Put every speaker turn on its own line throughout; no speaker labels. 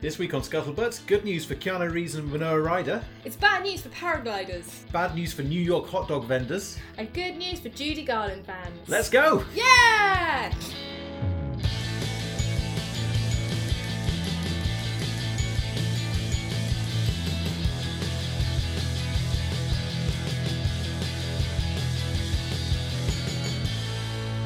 This week on Scuttlebutt, good news for Keanu Reeves and Winona Ryder,
It's bad news for paragliders
bad news for New York hot dog vendors.
and good news for Judy Garland fans.
Let's go!
Yeah!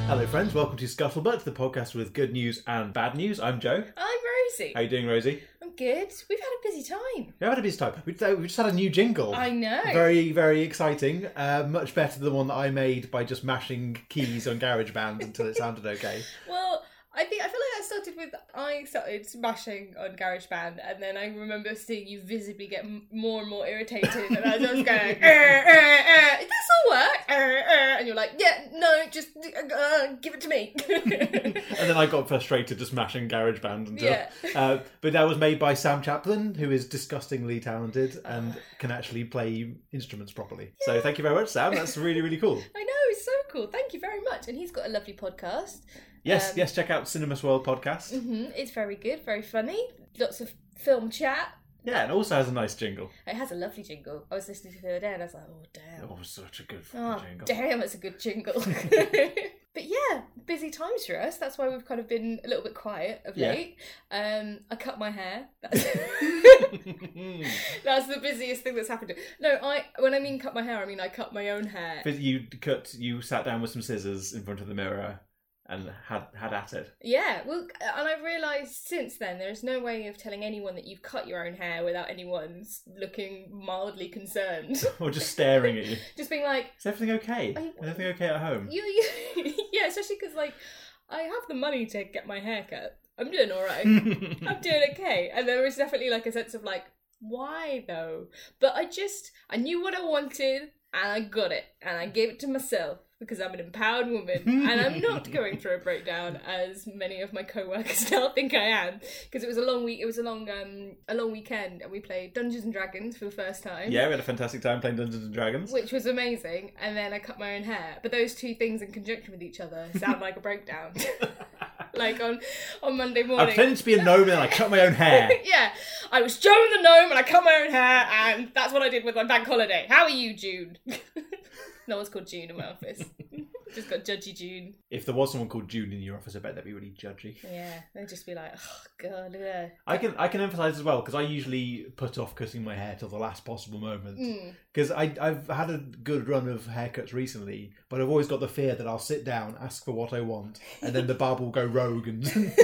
Hello, friends. Welcome to Scuttlebutt, the podcast with good news and bad news. I'm Joe.
I'm Rosie.
How you doing, Rosie?
I'm good. We've had a busy time.
We haven't had a busy time. We we just had a new jingle.
I know.
Very, very exciting. Uh, much better than one that I made by just mashing keys on GarageBand until it sounded okay.
Well, I think I feel like that started with I started smashing on GarageBand, and then I remember seeing you visibly get m- more and more irritated, and I was just going, "Eh, eh, eh, "Does this all work?" Eh, eh," And you're like, "Yeah, no, just uh, give it to me."
and then I got frustrated just mashing GarageBand until.
yeah.
Uh, but that was made by Sam Chaplin, who is disgustingly talented and can actually play instruments properly. So thank you very much, Sam. That's really, really cool.
I know, it's so cool. Thank you very much. And he's got a lovely podcast.
Yes,
Um,
yes, check out Cinemas World podcast.
hmm It's very good, very funny. Lots of film chat.
Yeah, and also has a nice jingle.
It has a lovely jingle. I was listening to it the other day and I was like, oh, damn.
Oh, such a good fucking
Oh,
jingle.
damn, it's a good jingle. but yeah, busy times for us. That's why we've kind of been a little bit quiet of
Yeah.
late. Um, I cut my hair. That's, that's the busiest thing that's happened. No, I when I mean cut my hair, I mean I cut my own hair.
But you cut. You sat down with some scissors in front of the mirror and had had at it.
Yeah, well, and I've realised since then there is no way of telling anyone that you've cut your own hair without anyone's looking mildly concerned.
or just staring at you.
Just being like,
Is everything okay?
I-
Is everything okay at home?
you, you yeah, especially because like I have the money to get my hair cut. I'm doing all right.
Mm.
I'm doing okay. And there was definitely like a sense of like, why though? But I just I knew what I wanted and I got it and I gave it to myself because I'm an empowered woman and I'm not going through a breakdown as many of my co-workers now think I am because it was a long week it was a long um a long weekend and we played Dungeons and Dragons for the first time.
yeah, we had a fantastic time playing Dungeons and Dragons.
Which was amazing, and then I cut my own hair. But those two things in conjunction with each other sound like a breakdown. like on on Monday morning.
I pretended to be a gnome and I cut my own hair.
yeah, I was Joan the gnome, and I cut my own hair, and that's what I did with my bank holiday. How are you, June? no one's called June in my office. Just got judgy June.
If there was someone called June in your office, I bet they'd be really judgy.
Yeah, they'd just be like, oh god, yeah.
I can I can emphasize as well because I usually put off cutting my hair till the last possible moment
Mm.
because I I've had a good run of haircuts recently, but I've always got the fear that I'll sit down, ask for what I want, and then the barber will go rogue and.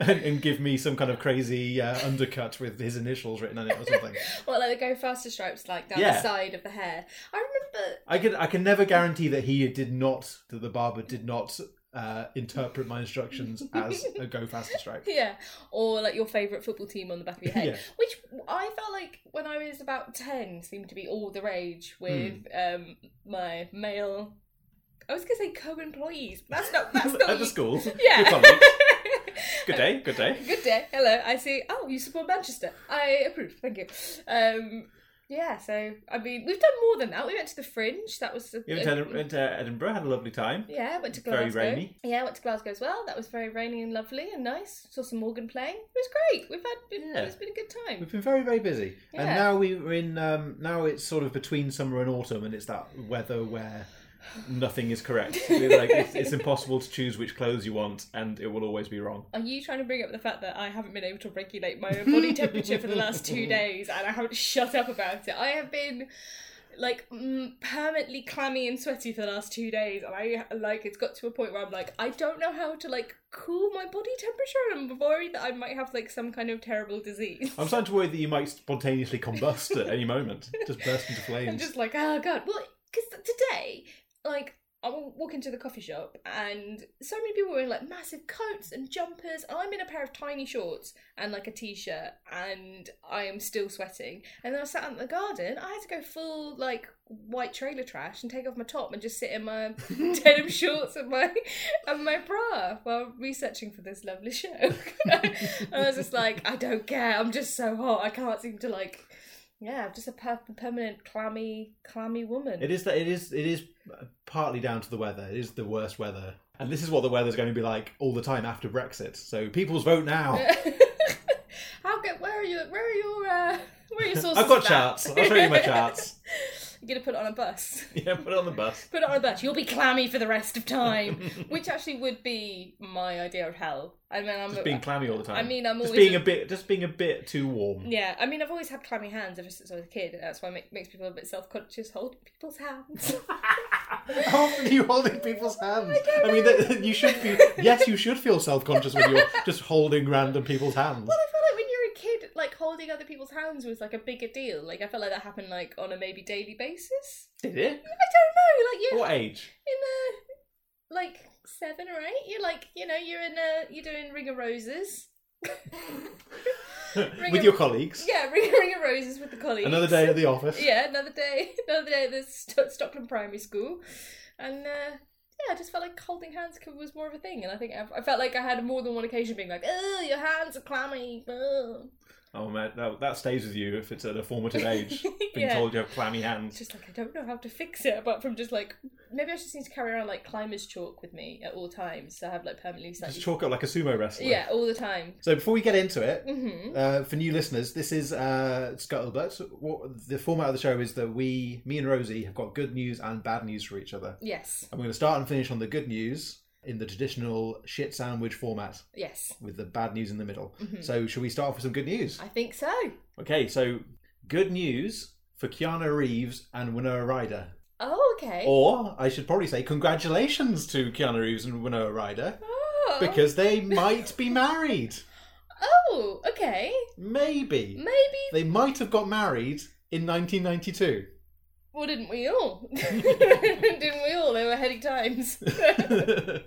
And, and give me some kind of crazy uh, undercut with his initials written on it or something.
Well, like they go faster stripes, like down
Yeah.
the side of the hair. I remember.
I can I can never guarantee that he did not that the barber did not uh, interpret my instructions as a go faster strike.
Yeah, or like your favourite football team on the back of your head.
Yeah.
Which I felt like when I was about 10 seemed to be all the rage with
Hmm.
um, my male. I was going to say co employees. That's not. That's not.
At the
you-
school. Good
Yeah.
comment. Good day. Good day.
Good day. Hello. I see. Oh, you support Manchester. I approve. Thank you. Um, yeah, so, I mean, we've done more than that. We went to the Fringe. That was. The,
We went to, Edin- went to Edinburgh, had a lovely time.
yeah, went to
Very
Glasgow.
rainy.
Yeah, went to Glasgow as well. That was very rainy and lovely and nice. Saw some Morgan playing. It was great. We've had.
Yeah.
It's been a good time.
We've been very very busy, and
Yeah.
now we're in. Um, now it's sort of between summer and autumn, and it's that weather where nothing is correct. We're like it's, it's impossible to choose which clothes you want, and it will always be wrong.
Are you trying to bring up the fact that I haven't been able to regulate my own body temperature for the last two days and I haven't shut up about it? I have been like mm, permanently clammy and sweaty for the last two days and I like it's got to a point where I'm like I don't know how to like cool my body temperature and I'm worried that I might have like some kind of terrible disease.
I'm starting to worry that you might spontaneously combust at any moment, just burst into
I'm
flames.
just like, oh god. Well, because today, like, I wa- walk into the coffee shop and so many people were wearing like massive coats and jumpers. and I'm in a pair of tiny shorts and like a t-shirt, and I am still sweating. And then I sat out in the garden. I had to go full like white trailer trash and take off my top and just sit in my denim shorts and my and my bra while researching for this lovely show. and I was just like, I don't care. I'm just so hot. I can't seem to like. Yeah, I'm just a per- permanent clammy, clammy woman.
It is that it is it is partly down to the weather. It is the worst weather, and this is what the weather's going to be like all the time after Brexit. So people's vote now.
How good? your where are your uh, where are your sources?
I've got
of that?"
charts. I'll show you my charts.
You're gonna put it on a bus.
Yeah, put it on the bus.
Put it on a bus. You'll be clammy for the rest of time. Which actually would be my idea of hell. I mean, I'm
just being clammy all the time.
I mean, I'm
just
always
being a bit, just being a bit too warm.
Yeah, I mean, I've always had clammy hands ever since I was a kid, and that's why it make- makes people a bit self conscious holding people's
Hmm.
hands.
How often are you holding people's hands?
I don't
mean,
know.
that, you should be. Yes, you should feel self-conscious when you're just holding random people's hands.
Well, I feel like when you're a kid, like holding other people's hands was like a bigger deal. Like I felt like that happened like on a maybe daily basis.
Did it?
I don't know, like you
What age?
in a like seven or eight, you're like you know you're in a you're doing ring of roses. Ring
With
of-
your colleagues.
yeah, ring, ring of roses with the colleagues.
Another day at the office.
Yeah, another day, another day at the St- Stockland Primary School, and uh, yeah, I just felt like holding hands co- was more of a thing, and I think I, I felt like I had more than one occasion being like, "Oh, your hands are clammy." ugh."
Oh man, that, that stays with you if it's at a formative age. Being
yeah.
told you have clammy
It's
hands.
just like I don't know how to fix it, apart from just like maybe I just need to carry around like climbers chalk with me at all times, so I have like permanently
Just
slightly.
chalk up like a sumo wrestler.
Yeah, all the time.
So before we get into it,
hmm
Uh, for new listeners, this is uh, Scuttlebutt. What, the format of the show is that we, me and Rosie, have got good news and bad news for each other.
Yes,
And we're going to start and finish on the good news in the traditional shit sandwich format
yes.
with the bad news in the middle.
Mhm.
So, should we start off with some good news?
I think so.
Okay, so good news for Keanu Reeves and Winona Ryder.
Oh, okay.
Or, I should probably say, congratulations to Keanu Reeves and Winona Ryder
oh.
because they might be married.
oh, okay.
Maybe.
Maybe.
They might have got married in 1992.
Well, didn't we all? didn't we all? They were heady times.
and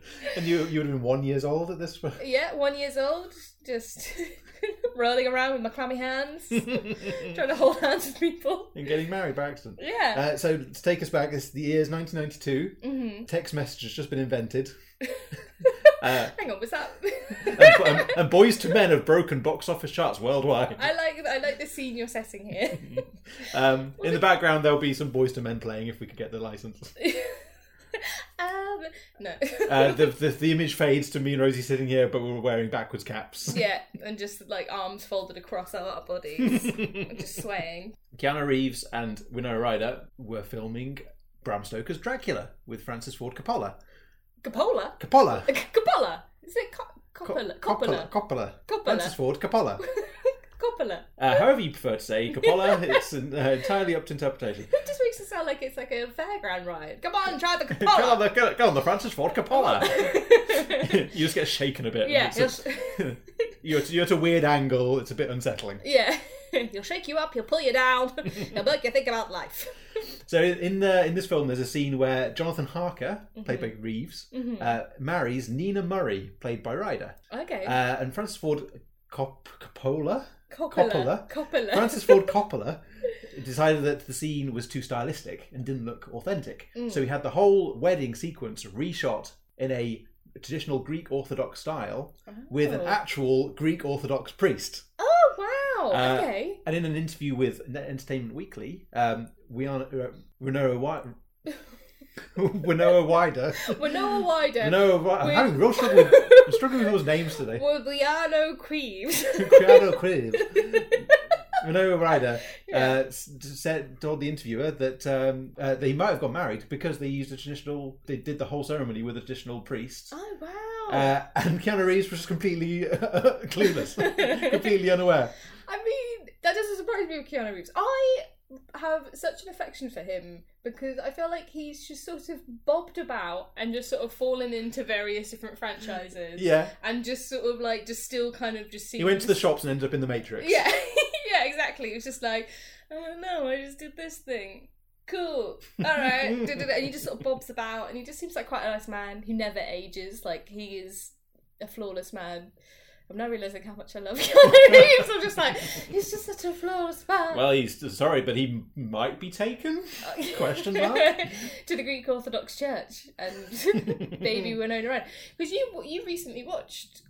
you you would have been one years old at this point.
yeah, one years old, just rolling around with my clammy hands,
and
trying to hold hands with people.
getting married by accident.
Yeah.
Uh, so to take us back, this the year's 1992.
hmm
Text message has just been invented, uh,
Hang on, was that?
and, and, and Boys to Men have broken box office charts worldwide.
I like I like the senior setting here.
Um, in the background, there'll be some Boys to Men playing if we could get the license.
um, no.
Uh, the, the the image fades to me and Rosie sitting here, but we're wearing backwards caps.
yeah, and just like arms folded across our bodies, just swaying.
Keanu Reeves and Winona Ryder were filming Bram Stoker's Dracula with Francis Ford Coppola.
Coppola, Uh,
Coppola.
Coppola, is it Co- Coppola?
Coppola.
Coppola,
Coppola. Francis
Coppola,
Ford Coppola.
Coppola.
Uh, however you prefer to say Coppola, it's uh, entirely up to interpretation.
It just makes it sound like it's like a fairground ride. Come on, try the
Go on,
Coppola.
the, go go on, the Francis Ford Coppola. you just get shaken a bit.
yeah,
It's a-
he'll sh-
you're, at, you're at a weird angle. It's a bit unsettling.
yeah. He'll shake you up. He'll pull you down. He'll make you think about life.
So in the in this film, there's a scene where Jonathan Harker, played by
Mm-hmm.
Reeves, uh, marries Nina Murray, played by Ryder,
Okay.
uh, and Francis Ford Cop- Coppola.
Coppola.
Coppola.
Coppola.
Francis Ford Coppola decided that the scene was too stylistic and didn't look authentic.
Mm.
So he had the whole wedding sequence reshot in a traditional Greek Orthodox style with an
Oh.
actual Greek Orthodox priest.
Oh wow.
Uh,
okay.
And in an interview with N- Entertainment Weekly, um, we are uh, Renoa Wi- Winona Wider.
We're Noah Wider.
Renoa Wi- I'm
We-
having real struggle with, I'm struggling with those names today.
We're Liano Creeves.
Creado Crib. Winona Ryder
Yeah.
uh, s- said told the interviewer that um, uh, they might have got married because they used a traditional. They did the whole ceremony with a traditional priest.
oh wow.
Uh, and Keanu Reeves was just completely clueless, completely unaware.
I mean, that doesn't surprise me with Keanu Reeves. I have such an affection for him because I feel like he's just sort of bobbed about and just sort of fallen into various different franchises.
Yeah,
And just sort of like, just still kind of just seems.
he went to the shops and ended up in the Matrix.
Yeah, yeah, exactly. It was just like, oh no, I just did this thing. Cool. All right. Da, da, da. And he just sort of bobs about and he just seems like quite a nice man who never ages. Like, he is a flawless man. I'm now realising how much I love Keanu Reeves. I'm just like, he's just such a flawless man.
Well, he's sorry, but he might be taken. question mark?
to the Greek Orthodox Church and baby Winona Ryder. Because you you recently watched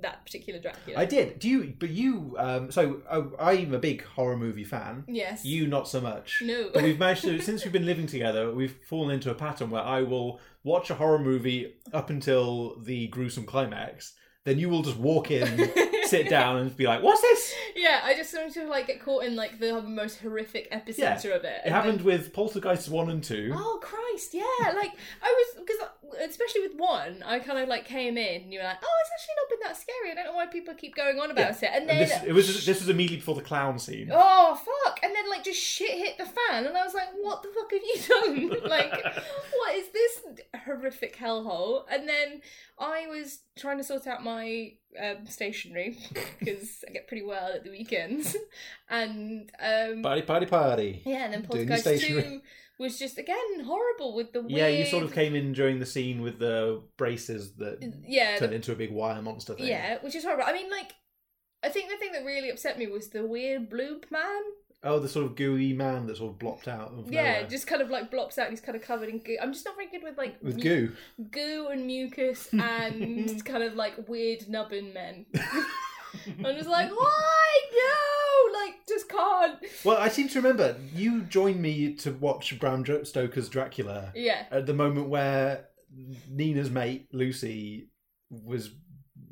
that particular Dracula.
I did. Do you? But you. Um, so I, I'm a big horror movie fan.
yes.
You not so much.
No.
But we've managed to since we've been living together, we've fallen into a pattern where I will watch a horror movie up until the gruesome climax, then you will just walk in, sit down, and be like, "What's this?"
Yeah, I just seem to like get caught in like the most horrific epicenter of
It
it. And,
happened
like,
with Poltergeist one and two.
Oh Christ! Yeah, like I was because especially with one, I kind of like came in and you were like, "Oh, it's actually not been that scary." I don't know why people keep going on about it. And
And
then
this, it was this was immediately before the clown scene.
oh fuck! And then like just shit hit the fan, and I was like, "What the fuck have you done? like, what is this horrific hellhole?" And then I was trying to sort out my um, stationery because I get pretty well at the weekends, and um,
Party, party, party.
yeah, and then
Doing
Poltergeist
stationery.
Two was just again horrible with the weird.
Yeah, you sort of came in during the scene with the braces that
yeah, the-
turned into a big wire monster thing.
yeah, which is horrible. I mean, like, I think the thing that really upset me was the weird bloop man.
Oh, the sort of gooey man that sort of blopped out of
Yeah,
nowhere.
just kind of like blops out. and He's kind of covered in goo. I'm just not very good with like
with
mu-
goo.
goo and mucus and kind of like weird nubbin men. I'm just like, why no? Like, just can't.
Well, I seem to remember you joined me to watch Bram Dr- Stoker's Dracula
Yeah,
at the moment where Nina's mate Lucy was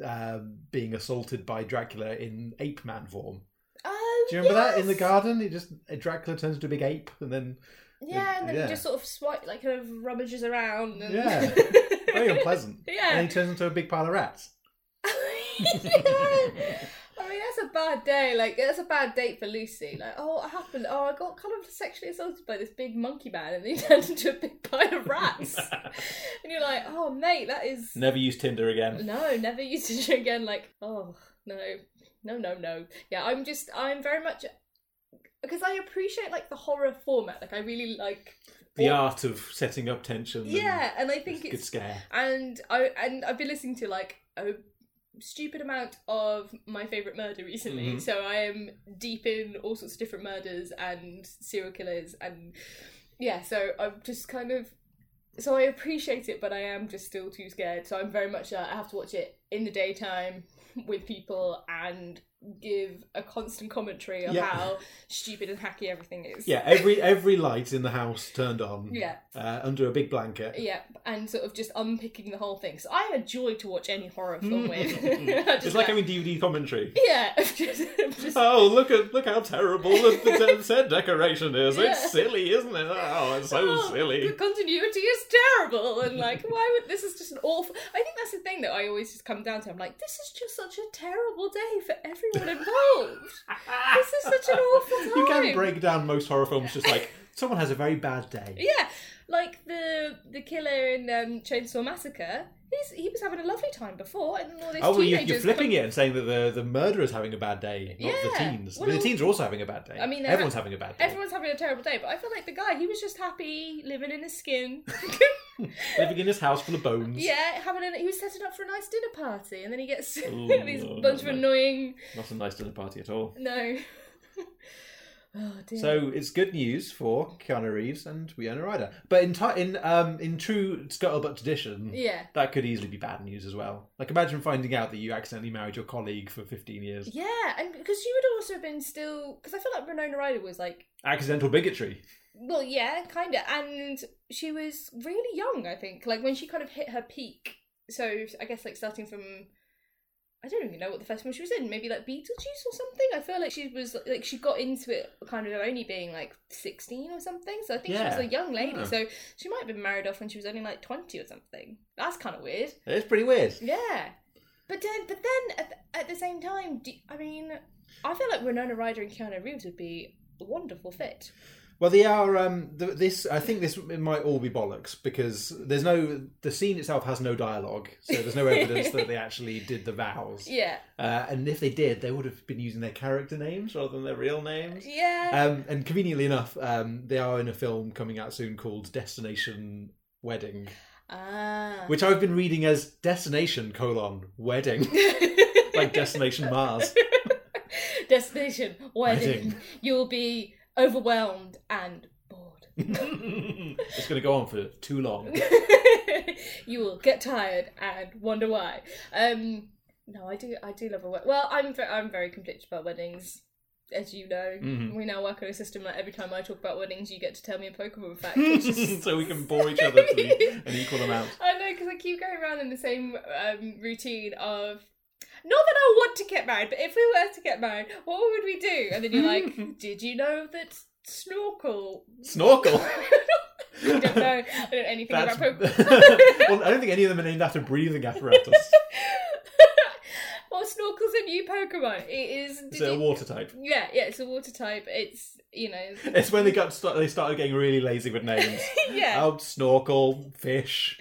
uh, being assaulted by Dracula in ape man form.
Oh,
Do you remember that in the
yes!
garden? It just Dracula turns into a big ape, and then
Yeah, and then
Yeah.
he just sort of swipe, like kind of rummages around. And...
Yeah. very unpleasant.
Yeah.
And he turns into a big pile of rats.
Yeah. I mean, that's a bad day. Like, that's a bad date for Lucy. Like, oh, what happened? Oh, I got kind of sexually assaulted by this big monkey man, and then he turned into a big pile of rats. and you're like, oh, mate, that is
Never use Tinder again.
no, never use it again. Like, oh no, no, no, no. Yeah, I'm just, I'm very much because I appreciate like the horror format. Like, I really like.
The art of setting up tension.
Yeah, and I think
and good
it's
scare.
and I and I've been listening to like a stupid amount of my favorite murder recently.
Mhm.
So I am deep in all sorts of different murders and serial killers and yeah, so I'm just kind of so I appreciate it, but I am just still too scared. So I'm very much uh, I have to watch it in the daytime with people and give a constant commentary on
Yeah.
how stupid and hacky everything is.
Yeah, every every light in the house turned on.
Yeah.
Uh, under a big blanket.
Yeah, and sort of just unpicking the whole thing. So I had joy to watch any horror film with. I just
It's Hmm. like having DVD commentary.
yeah, I've just, I've just-
Oh, look at look how terrible the, the set decoration is.
Yeah.
It's silly, isn't it? Oh, it's so
oh, The
silly.
continuity is terrible, and like, why would this is just an awful? I think that's the thing that I always just come down to. I'm like, this is just such a terrible day for everyone involved. this is such an awful time.
You can break down most horror films just like someone has a very bad day.
Yeah, like the the killer in um, Chainsaw Massacre. He's, he was having a lovely time before, and then all these
Oh, well, you,
teenagers
you're
come-
flipping it and saying that the, the murderer's having a bad day, not the
Yeah.
teens.
Well,
the teens are also having a bad day.
I mean, they're
everyone's having a bad day.
Everyone's having a terrible day, but I feel like the guy, he was just happy living in his skin.
Living in his house full of bones.
yeah, having a, he was setting up for a nice dinner party, and then he gets
Ooh,
these
no,
bunch of
no, no.
annoying.
Not a nice dinner party at all.
No. oh dear.
So it's good news for Keanu Reeves and Winona Ryder, but in ti in um in true scuttlebutt tradition,
yeah,
that could easily be bad news as well. Like imagine finding out that you accidentally married your colleague for fifteen years.
yeah, and because you would also have been still because I feel like Renona Ryder was like,
Accidental bigotry.
well, yeah, kind of, and she was really young. I think like when she kind of hit her peak. So I guess like starting from. I don't even know what the first one she was in. Maybe like Beetlejuice or something. I feel like she was like she got into it kind of only being like sixteen or something. So I think she
Yeah.
was a young lady.
Yeah.
So she might have been married off when she was only like twenty or something. That's kind of weird.
It's pretty weird.
Yeah, but then but then at the, at the same time, do, I mean, I feel like Winona Ryder and Keanu Reeves would be a wonderful fit.
Well, they are. Um, th this I think this might all be bollocks because there's no the scene itself has no dialogue, so there's no evidence that they actually did the vows.
Yeah,
Uh, and if they did, they would have been using their character names rather than their real names.
yeah.
Um, and conveniently enough, um, they are in a film coming out soon called Destination Wedding,
Uh-huh. ah.
which I've been reading as Destination colon Wedding, like Destination Mars.
Destination wedding.
Wedding.
You'll be overwhelmed and bored.
it's going to go on for too long.
you will get tired and wonder why. Um, no, I do. I do love a wedding. Well, I'm ve- I'm very conflicted about weddings, as you know.
Mhm.
We now work on a system like every time I talk about weddings, you get to tell me a Pokemon fact. Which is...
so we can bore each other to an equal amount.
I know because I keep going around in the same um, routine of Not that I want to get married, but if we were to get married, what would we do? And then you're like, did you know that snorkel?
Snorkel.
I don't know. I don't know anything
That's,
about poop.
well, I don't think any of them are named after breathing apparatus.
well, snorkel's a new Pokemon. It is.
Is
did
it a
you-
water type?
Yeah, yeah, it's a water type. It's you know.
It's when they got st- they started getting really lazy with names.
yeah,
Out snorkel fish.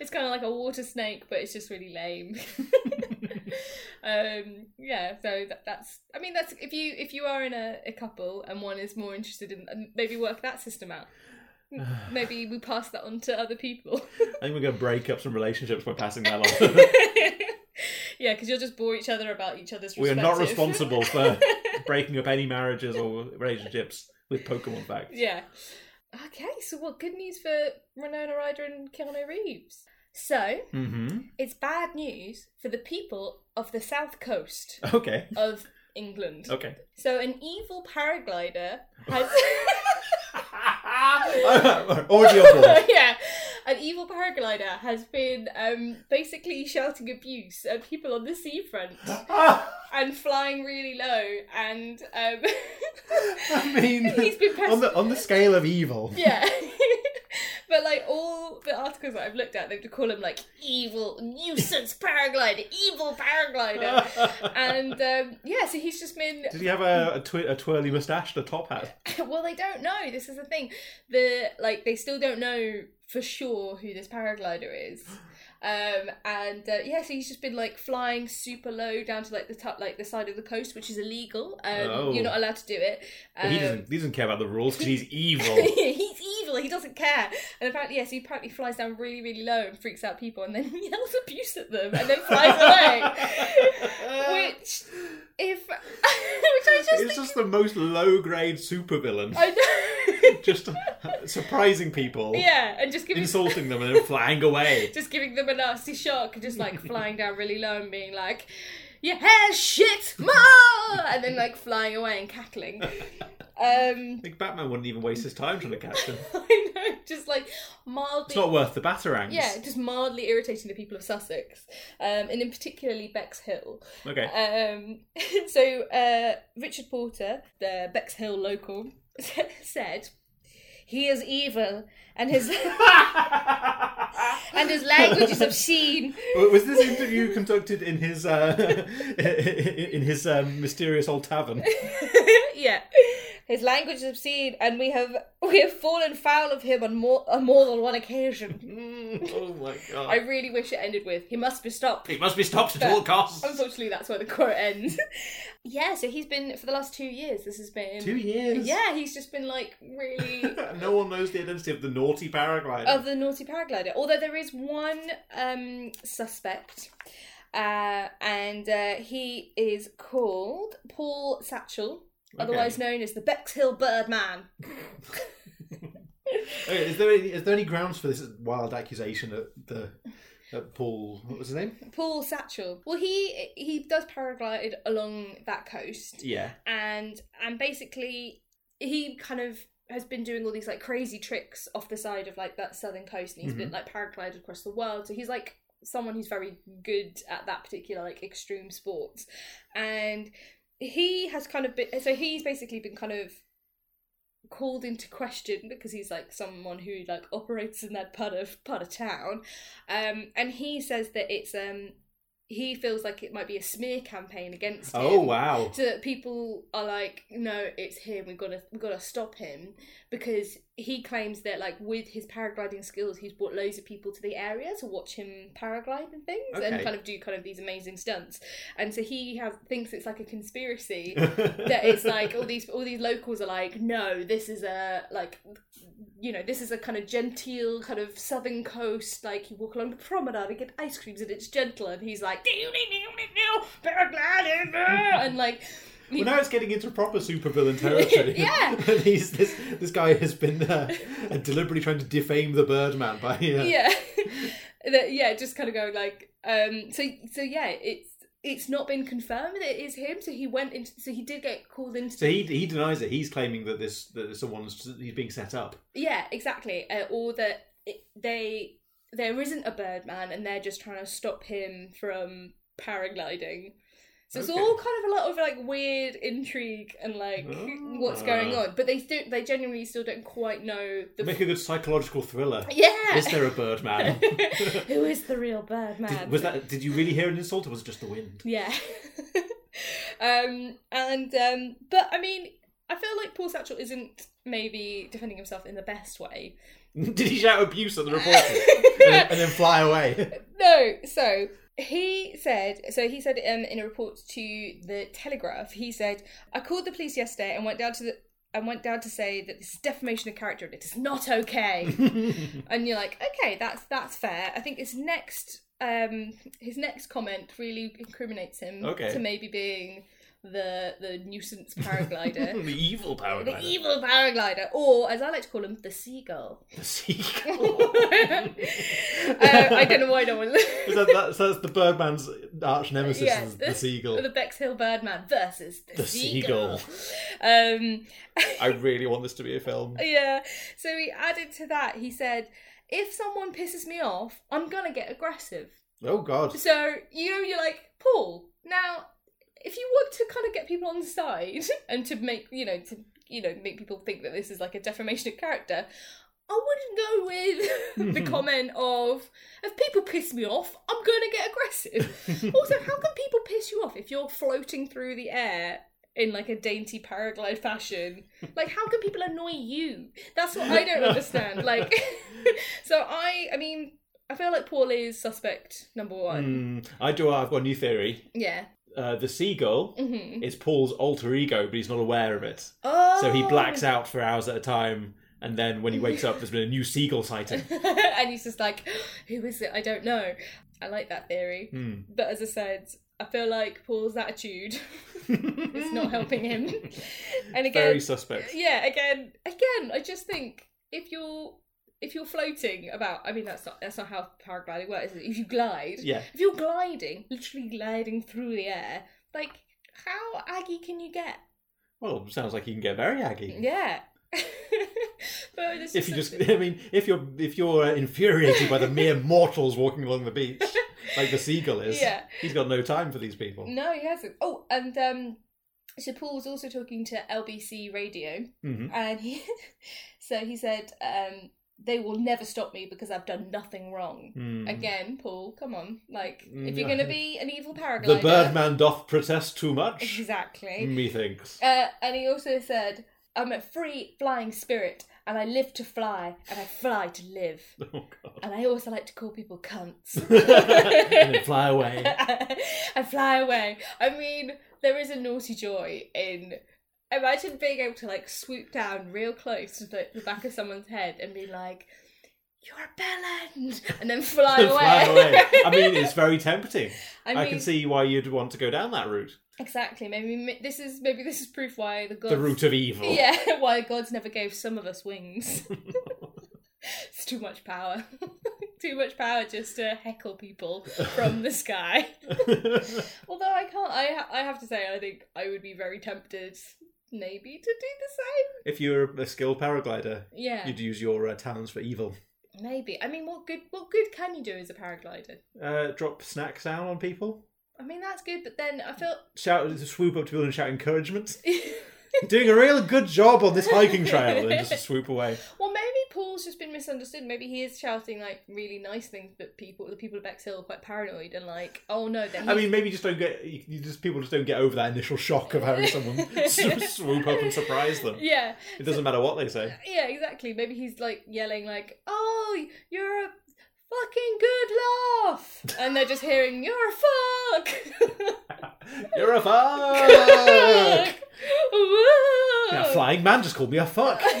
it's kind of like a water snake, but it's just really lame. um, yeah, so that, that's. I mean, that's if you if you are in a, a couple and one is more interested in and maybe work that system out.
I
Maybe we pass that on to other people.
think we're going to break up some relationships by passing that on.
yeah, because you'll just bore each other about each other's.
we are not
perspective.
responsible for breaking up any marriages or relationships with Pokemon facts.
Yeah. Okay, so what good news for Renona Ryder and Keanu Reeves? So,
hmm
it's bad news for the people of the south coast
Okay.
of England.
Okay.
So, an evil paraglider has.
Already on board.
yeah, an evil paraglider has been um, basically shouting abuse at people on the seafront and flying really low, and um,
I mean,
he's been pest-
on the on the scale of evil.
Yeah. but like all the articles that I've looked at, they call him like evil nuisance paraglider, evil paraglider. And um, yeah, so he's just been.
Did he have a a, twi- a twirly moustache and a top hat?
Well, they don't know. This is the thing. The like they still don't know for sure who this paraglider is. Um, and uh, yeah, so he's just been like flying super low down to like the top, like the side of the coast, which is illegal. Um,
Oh.
You're not allowed to do it.
But he
Um,
doesn't. He doesn't care about the rules because he's evil.
he's evil. He doesn't care. And apparently, yes, he apparently flies down really, really low and freaks out people, and then yells abuse at them, and then flies away. which, if which I just,
Uh, It's just the most low-grade supervillain.
I know,
Just surprising people,
yeah, and just giving
insulting them, and then flying away.
just giving them a nasty shock, and just like flying down really low and being like. Your hair shit more, and then like flying away and cackling. Um,
I think Batman wouldn't even waste his time trying to catch them.
I know, just like mildly.
It's not worth the batarangs.
Yeah, just mildly irritating the people of Sussex, um, and in particularly Bexhill.
Okay.
Um, so uh, Richard Porter, the Bexhill local, said, "He is evil, and his and his language is obscene."
Was this interview conducted in his uh, in his um, mysterious old tavern?
yeah, his language is obscene, and we have we have fallen foul of him on more on more than one occasion.
Mm, oh my
I
god!
really wish it ended with he must be stopped.
It must be stopped at all costs.
Unfortunately, that's where the quote ends. yeah, so he's been for the last two years. This has been
Two years.
Yeah, he's just been like really
no one knows the identity of the naughty paraglider.
of the naughty paraglider. Although there is one um, suspect, uh, and uh, he is called Paul Satchel, otherwise known as the Bexhill Birdman.
Okay, is there any, is there any grounds for this wild accusation at the at Paul? What was his name?
Paul Satchel. Well, he he does paraglide along that coast.
Yeah.
and and basically he kind of has been doing all these like crazy tricks off the side of like that southern coast and he's been like paraglided across the world so he's like someone who's very good at that particular like extreme sports and he has kind of been so he's basically been kind of called into question because he's like someone who like operates in that part of part of town um and he says that it's um he feels like it might be a smear campaign against him
Oh wow.
so that people are like, no, it's him. We've got to, we've got to stop him because he claims that like with his paragliding skills, he's brought loads of people to the area to watch him paraglide and things, and
Okay.
kind of do kind of these amazing stunts. And so he have, thinks it's like a conspiracy that it's like all these all these locals are like, no, this is a like, you know, this is a kind of genteel kind of southern coast. Like you walk along the promenade and get ice creams, and it's gentle. And he's like, paragliding, ah!" and like,
Well, now it's getting into proper supervillain territory.
Yeah.
and he's, this this guy has been uh, deliberately trying to defame the Birdman by uh,
yeah, That- yeah, just kind of going like, um, so so yeah, it's it's not been confirmed that it is him. So he went into, so he did get called into
So he he denies it. He's claiming that this that someone's he's being set up.
Yeah, exactly. Uh, or that it, they there isn't a Birdman, and they're just trying to stop him from paragliding. So it's
Okay.
all kind of a lot of like weird intrigue and like what's going
Ah.
on, but they still they genuinely still don't quite know the
Make a good psychological thriller.
yeah.
Is there a bird man?
Who is the real Birdman?
Did, was that? Did you really hear an insult, or was it just the wind?
Yeah. um, and um, but I mean, I feel like Paul Satchel isn't maybe defending himself in the best way.
Did he shout abuse at the reporter and, then- and then fly away?
no, so he said so he said um, in a report to the Telegraph, he said, I called the police yesterday and went down to the and went down to say that this is defamation of character and it is not okay. and you're like, okay, that's that's fair. I think his next um his next comment really incriminates him
Okay.
to maybe being the the nuisance paraglider.
the evil power
The evil paraglider, or as I like to call him, the seagull.
The
uh,
seagull.
I don't know why no one.
Is that, that, so that's the Birdman's arch nemesis,
Yes,
is the seagull.
the Bexhill Birdman versus the,
The
seagull.
seagull.
Um,
I really want this to be a film.
yeah. So he added to that. He said, "If someone pisses me off, I'm gonna get aggressive."
Oh God.
So you know, you're like Paul. Now, if you want to kind of get people on side and to make you know to you know make people think that this is like a defamation of character, I wouldn't go with the comment of if people piss me off, I'm going to get aggressive. also, how can people piss you off if you're floating through the air? In like a dainty paraglide fashion, like how can people annoy you? That's what I don't understand. Like, so I, I mean, I feel like Paul is suspect number one.
Hmm, I do. I've got a new theory.
Yeah.
Uh, the seagull
hmm
is Paul's alter ego, but he's not aware of it.
Oh.
So he blacks out for hours at a time, and then when he wakes up, there's been a new seagull sighting.
Oh. and he's just like, who is it? I don't know. I like that theory.
Hmm.
But as I said, I feel like Paul's attitude is not helping him. and
Very
again,
suspect.
yeah, again, again, I just think if you're if you're floating about, I mean, that's not that's not how paragliding works. Is it? If you glide,
Yeah.
if you're gliding, literally gliding through the air, like how aggy can you get?
Well, sounds like you can get very aggy.
Yeah. but it's
If you just, I mean, if you're if you're uh, infuriated by the mere mortals walking along the beach, like the seagull is,
yeah,
he's got no time for these people.
no, he hasn't. Oh, and um, so Paul was also talking to LBC Radio,
Mhm.
and he, so he said, um, they will never stop me because I've done nothing wrong.
Hmm.
Again, Paul, come on, like if
Mm,
you're
I-
gonna be an evil paraglider,
The Birdman doth protest too much,
uh, exactly.
methinks.
Uh, and he also said, I'm a free flying spirit and I live to fly and I fly to live.
Oh God!
And I also like to call people cunts.
and then fly away.
I fly away. I mean, there is a naughty joy in. Imagine being able to like swoop down real close to the, the back of someone's head and be like, "You're a bellend," and then fly away.
fly away. I mean, it's very tempting.
I
I
mean,
can see why you'd want to go down that route.
exactly. Maybe mi- this is maybe this is proof why the gods
The route of evil.
Yeah, why God's never gave some of us wings. it's too much power. too much power just to heckle people from the sky. Although I can't, I, ha- I have to say, I think I would be very tempted maybe to do
if you're a skilled paraglider,
the same. Yeah,
you'd use your uh, talents for evil.
maybe. I mean, what good what good can you do as a paraglider?
Uh, drop snacks down on people.
I mean, that's good, but then I feel.
Shout, swoop up to people and shout encouragement. Doing a real good job on this hiking trail, and then just swoop away.
well, maybe Paul's just been misunderstood. Maybe he is shouting like really nice things, but people, the people of Bexhill, are quite paranoid and like, oh no, they're
I mean, maybe you just don't get you you just people just don't get over that initial shock of having someone s- swoop up and surprise them.
yeah,
It doesn't matter what they say.
Yeah, exactly. Maybe he's like yelling like, "Oh, you're a fucking good laugh," and they're just hearing, "You're a fuck."
You're a fuck.
Whoa.
that flying man just called me a fuck.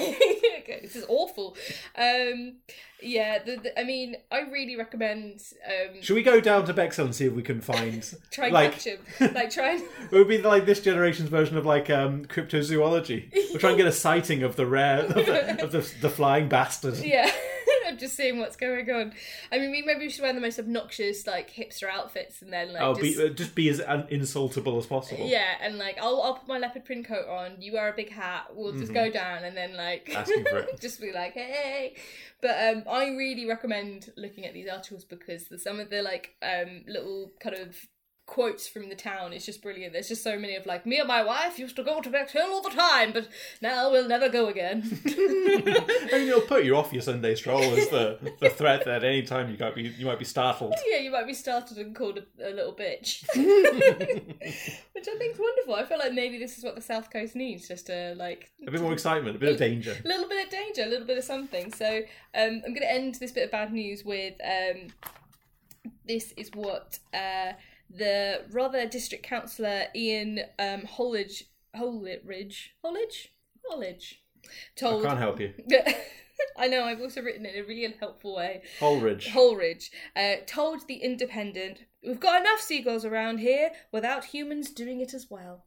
Okay, this is awful. Um, yeah, the, the, I mean, I really recommend um,
Should we go down to Bexhill and see if we can find
try and
like-
catch him. Like, try and
It would be like this generation's version of like um, cryptozoology. We're trying to get a sighting of the rare of the, of the, the flying bastard.
yeah. I'm just seeing what's going on. I mean, we- maybe we should wear the most obnoxious like hipster outfits and then like
Oh,
just
be, uh, just be as un- insultable as possible.
Yeah, and like I'll I'll put my leopard print coat on. You wear a big hat. We'll
Mm-hmm.
just go down and then like
Asking for it.
just be like hey. But um, I really recommend looking at these articles because the, some of the like um little kind of quotes from the town is just brilliant. There's just so many of like, me and my wife used to go to Bexhill all the time, but now we'll never go again.
I mean, it'll put you off your Sunday stroll as the, the threat that any time you got you, you might be startled.
yeah, you might be startled and called a, a little bitch,
a
which I think's wonderful. I feel like maybe this is what the South Coast needs, just a like
bit more excitement, a bit of danger.
a little bit of danger, a little bit of something. So um, I'm going to end this bit of bad news with um, this is what uh, the Rother District Councillor Ian um, Holledge, Holledge, Holledge, Holledge
I
told.
can't help you.
I know, I've also written it in a really unhelpful way.
Holridge.
Holridge uh, told The Independent, We've got enough seagulls around here without humans doing it as well.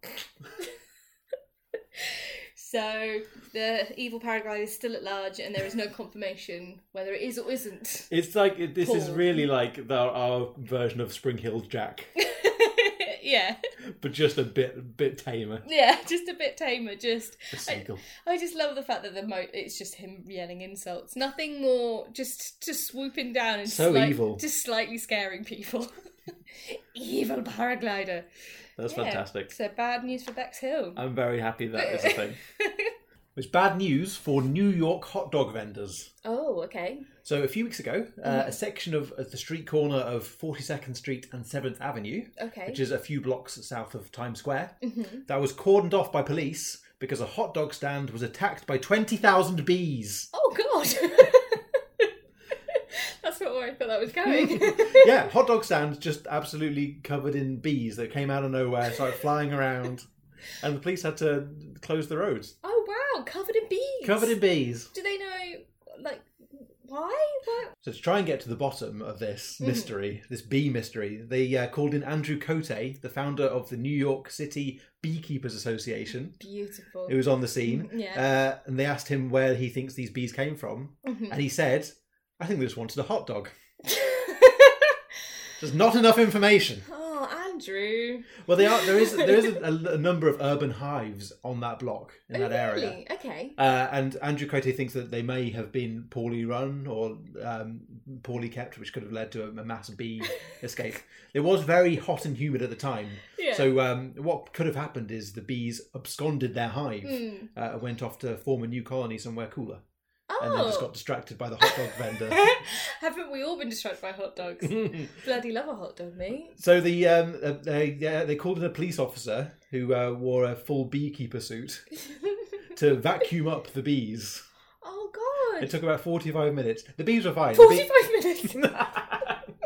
so the evil paraglide is still at large and there is no confirmation whether it is or isn't.
It's like it, this is
Paul.
really like the, our version of Spring Hills Jack,
yeah,
but just a bit bit tamer.
yeah, just a bit tamer. Just
A seagull.
I just love the fact that the mo- it's just him yelling insults. Nothing more, just just swooping down and
So
slight-
evil.
just slightly scaring people. evil paraglider.
That's
Yeah.
fantastic.
So bad news for Bex Hill.
I'm very happy that is a thing. It's bad news for New York hot dog vendors.
oh, okay.
So a few weeks ago, uh, a section of uh, the street corner of 42nd Street and 7th Avenue,
Okay.
which is a few blocks south of Times Square,
Mhm.
that was cordoned off by police because a hot dog stand was attacked by 20,000 bees.
Oh god. That's not where I thought that was going.
yeah, hot dog stands just absolutely covered in bees that came out of nowhere, started flying around, and the police had to close the roads.
oh wow, covered in bees.
Covered in bees.
Do they know like why? Why?
So to try and get to the bottom of this
Mhm.
mystery, this bee mystery, they uh, called in Andrew Cote, the founder of the New York City Beekeepers Association,
Beautiful.
who was on the scene,
Mm, yeah.
uh, and they asked him where he thinks these bees came from,
Mhm.
and he said, "I think they just wanted a hot dog." There's not enough information.
oh, Andrew.
Well, they are. There is there is a, a- a number of urban hives on that block in that
oh, really?
area.
Okay.
Uh, and Andrew Cote thinks that they may have been poorly run or um, poorly kept, which could have led to a, a mass bee escape. It was very hot and humid at the time,
Yeah.
so um, what could have happened is the bees absconded their hive,
Mm.
uh, and went off to form a new colony somewhere cooler,
Oh.
and then just got distracted by the hot dog vendor.
Haven't we all been distracted by hot dogs? Bloody love a hot dog, mate.
so the um, uh, they yeah, they called in a police officer who uh, wore a full beekeeper suit to vacuum up the bees.
oh
It
god.
took about forty five minutes. The bees were fine. The bee-
Forty five minutes.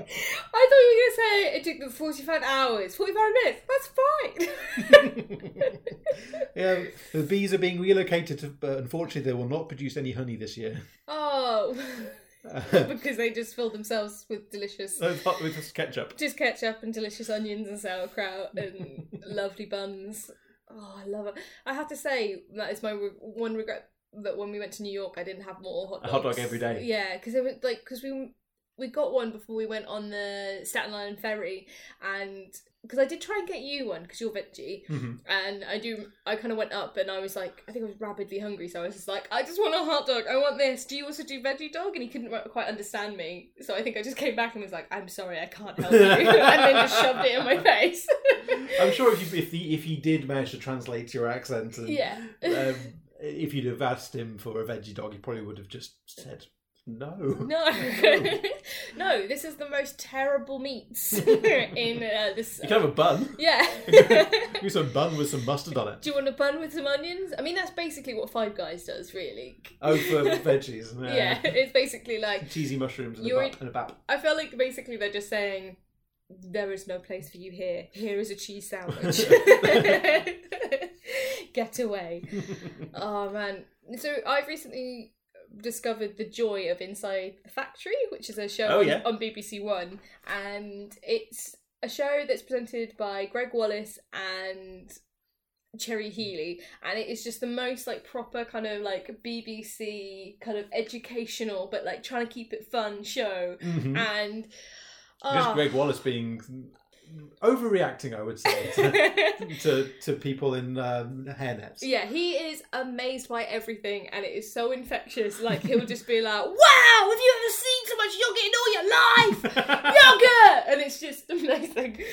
I thought you were going to say it took them 45 hours. 45 minutes, that's fine.
yeah, the bees are being relocated. To, but unfortunately, they will not produce any honey this year.
oh,
Uh,
because they just filled themselves with delicious,
so hot with just ketchup.
just ketchup and delicious onions and sauerkraut and lovely buns. Oh, I love it. I have to say, that is my re- one regret that when we went to New York, I didn't have more hot
A
dogs.
hot dog every day.
Yeah, because was like, because we. We got one before we went on the Staten Island ferry, and because I did try and get you one because you're veggie,
Mhm.
and I do. I kind of went up, and I was like, I think I was rabidly hungry, so I was just like, I just want a hot dog. I want this. Do you also do veggie dog? And he couldn't ri- quite understand me, so I think I just came back and was like, I'm sorry, I can't help you, and then just shoved it in my face.
I'm sure if you, if he, if he did manage to translate your accent, and,
yeah.
um, if you'd have asked him for a veggie dog, he probably would have just said no.
No, no. This is the most terrible meats in uh, this.
You can have a bun.
Yeah.
Use some bun with some mustard on it.
do you want a bun with some onions? I mean, that's basically what Five Guys does, really.
Oh, for veggies. no.
yeah, it's basically like
Cheesy mushrooms and a,
You're-
bap, and a bap.
I feel like basically they're just saying there is no place for you here. Here is a cheese sandwich. Get away.
Mm-hmm.
Oh man. So I've recently discovered the joy of Inside the Factory, which is a show
Oh,
on-
yeah.
on BBC One, and it's a show that's presented by Greg Wallace and Cherry Healy, and it is just the most like proper kind of like BBC kind of educational, but like trying to keep it fun show.
Mhm.
And
Just
ah,
Greg Wallace being overreacting, I would say, to, to, to people in um, hairnets.
yeah, he is amazed by everything and it is so infectious. Like, he'll just be like, wow, have you ever seen so much yogurt in all your life? Yogurt! And it's just amazing.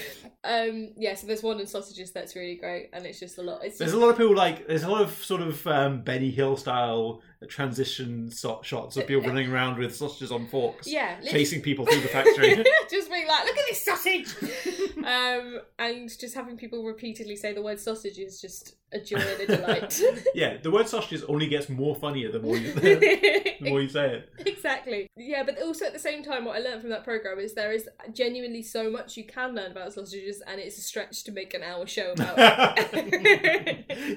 Um, yeah, so there's one in sausages that's really great and it's just a lot. It's
There's
just,
a lot of people like there's a lot of sort of um, Benny Hill style transition so- shots of people running around with sausages on forks,
yeah, literally-
chasing people through the factory.
just being like, look at this sausage! um, and just having people repeatedly say the word sausage is just a joy and a delight.
yeah, the word sausages only gets more funnier the more you the
Ex-
more you say it.
exactly. Yeah, but also at the same time, what I learned from that program is there is genuinely so much you can learn about sausages, and it's a stretch to make an hour show about it.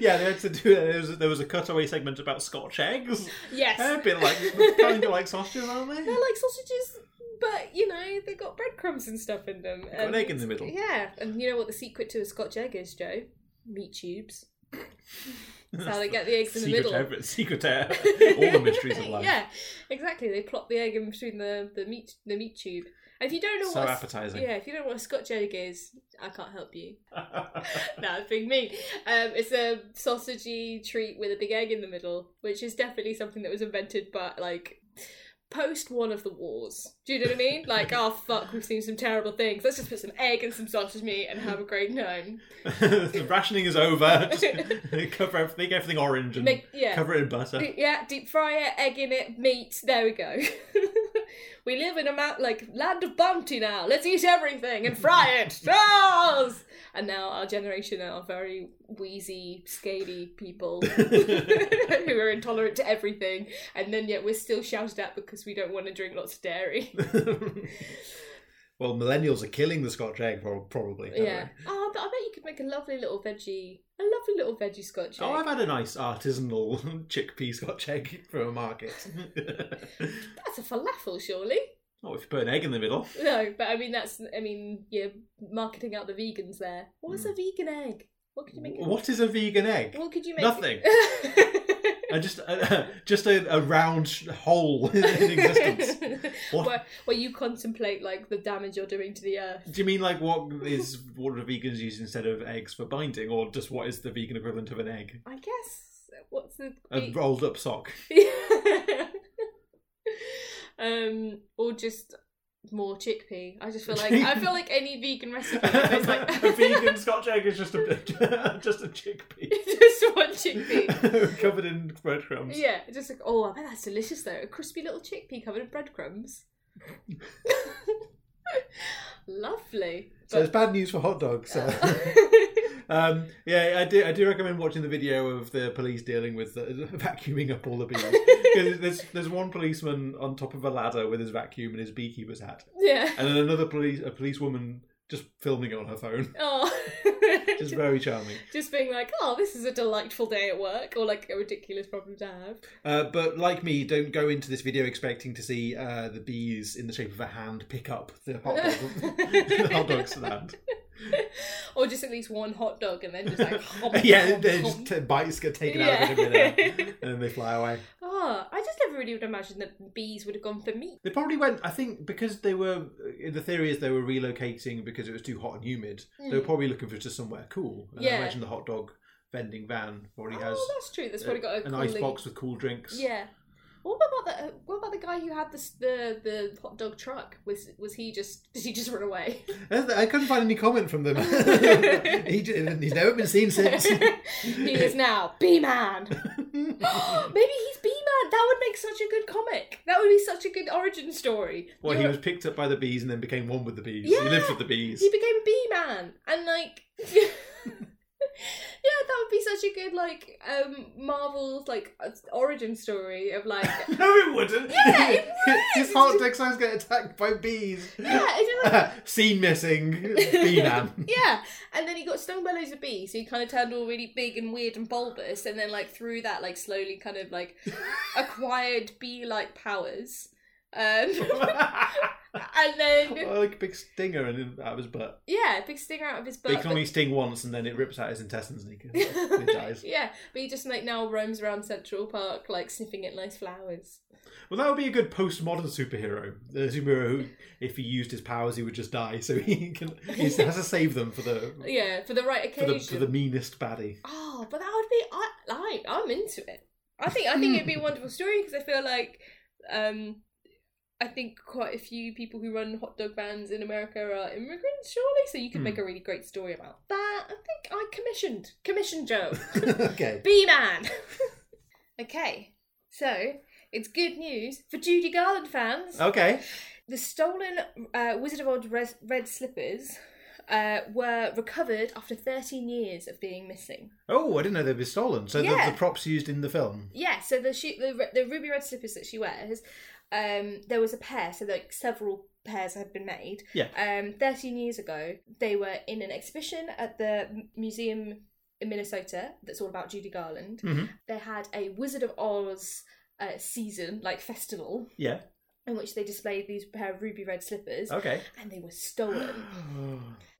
yeah, they had to do. There was, there was a cutaway segment about Scotch eggs. They're
Yes,
a bit like kind of like sausages, aren't
they're
they?
like sausages, but you know they got breadcrumbs and stuff in them.
Got an egg in the middle.
Yeah, and you know what the secret to a Scotch egg is, Joe? Meat tubes. That's how they get the eggs in the
Secret
middle.
to every- secret to all the mysteries of life.
Yeah, exactly. They plop the egg in between the, the meat the meat tube. And if you don't know
So
what a-
appetizing.
yeah, if you don't know what a Scotch egg is, I can't help you. That'd be me. Um, it's a sausagey treat with a big egg in the middle, which is definitely something that was invented by like post one of the wars. Do you know what I mean? Like, oh fuck, we've seen some terrible things. Let's just put some egg and some sausage meat and have a great time.
the rationing is over. Just cover everything, make everything orange and
Make yeah.
cover it in butter.
Yeah, deep fry it, egg in it, meat. There we go. we live in a mount, like land of bounty now. Let's eat everything and fry it. Yes! And now our generation are very wheezy, scaly people who are intolerant to everything, and then yet we're still shouted at because we don't want to drink lots of dairy.
well, millennials are killing the Scotch egg, prob- probably. aren't
yeah. Oh, but I bet you could make a lovely little veggie, a lovely little veggie scotch
they? Oh, I've
egg.
had a nice artisanal chickpea Scotch egg from a market.
That's a falafel, surely.
oh, if you put an egg in the middle.
No, but I mean that's I mean you're marketing out the vegans there. What's
Hmm.
a vegan egg? What could you make?
What is a vegan egg?
What could you make?
Nothing. Uh, just uh, just a, a round sh- hole in existence. What-
Where, where you contemplate like the damage you're doing to the earth.
Do you mean like what is what do vegans use instead of eggs for binding, or just what is the vegan equivalent of an egg?
I guess what's the
A rolled up sock.
um or just more chickpea. I just feel like I feel like any vegan recipe is like
a vegan Scotch egg is just a just a chickpea
just one chickpea.
covered in breadcrumbs.
Yeah, just like oh, I bet that's delicious though. A crispy little chickpea covered in breadcrumbs. Lovely. uh,
So it's bad news for hot dogs. so. um, yeah, I do. I do recommend watching the video of the police dealing with the, vacuuming up all the bees. 'Cause there's there's one policeman on top of a ladder with his vacuum and his beekeeper's hat,
yeah.
and then another police a policewoman just filming it on her phone.
Oh.
Just very charming.
Just being like, oh, this is a delightful day at work, or like a ridiculous problem to have.
Uh, but like me, don't go into this video expecting to see uh, the bees in the shape of a hand pick up the hot dog, the hot dog stand.
Or just at least one hot dog and then just like, hom,
yeah,
hom,
they
hom.
just t- bites get taken out of it in midair, and then they fly away.
Oh, I just never really would imagine that bees would have gone for meat.
They probably went. I think because they were. uh, The theory is they were relocating because it was too hot and humid. They were
Mm.
probably looking for just somewhere cool. And I
Yeah.
imagine the hot dog vending van probably has
Oh, that's true. That's
a-
probably got a
an
cooling-
ice box with cool drinks.
Yeah. What about the What about the guy who had the s- the, the hot dog truck? Was was he just did he just run away?
I I couldn't find any comment from them. he, j- he's never been seen since.
he is now Bee Man. Maybe he's Bee Man. That would make such a good comic. That would be such a good origin story.
Well, he
You're-
was picked up by the bees and then became one with the bees. He
Yeah.
lived with the bees.
he became Bee Man, and like. yeah, that would be such a good like um Marvel's like uh, origin story of like
no, it wouldn't.
Yeah, it
His hot dog signs get attacked by bees.
yeah, it's just like
Scene missing. Bee man.
Yeah, and then he got stung by loads of bees, so he kind of turned all really big and weird and bulbous, and then like through that, like slowly kind of like acquired bee-like powers. Um, and then
Well, like a big stinger and out of his butt.
yeah, big stinger out of his butt.
it can
but-
only sting once and then it rips out his intestines and he, can, he dies.
yeah, but he just like now roams around Central Park like sniffing at nice flowers.
Well, that would be a good postmodern superhero. The superhero who, if he used his powers, he would just die. So he can he has to save them for the
Yeah, for the right
Mm. for
occasion.
the for the meanest baddie.
Oh, but that would be I like I'm into it. I think I think it'd be a wonderful story because I feel like um I think quite a few people who run hot dog vans in America are immigrants, surely. So you could
Hmm.
make a really great story about that. I think I commissioned commissioned Joe.
okay.
B man. okay, so it's good news for Judy Garland fans.
Okay.
The stolen uh, Wizard of Oz res- red slippers uh, were recovered after 13 years of being missing.
Oh, I didn't know they'd be stolen. So
Yeah.
the, the props used in the film.
Yeah, so the she, the re- the ruby red slippers that she wears, um, there was a pair, so like several pairs had been made.
Yeah.
Um, thirteen years ago, they were in an exhibition at the m- museum in Minnesota that's all about Judy Garland.
Mhm.
They had a Wizard of Oz uh, season like festival
Yeah.
in which they displayed these pair of ruby red slippers,
Okay.
and they were stolen.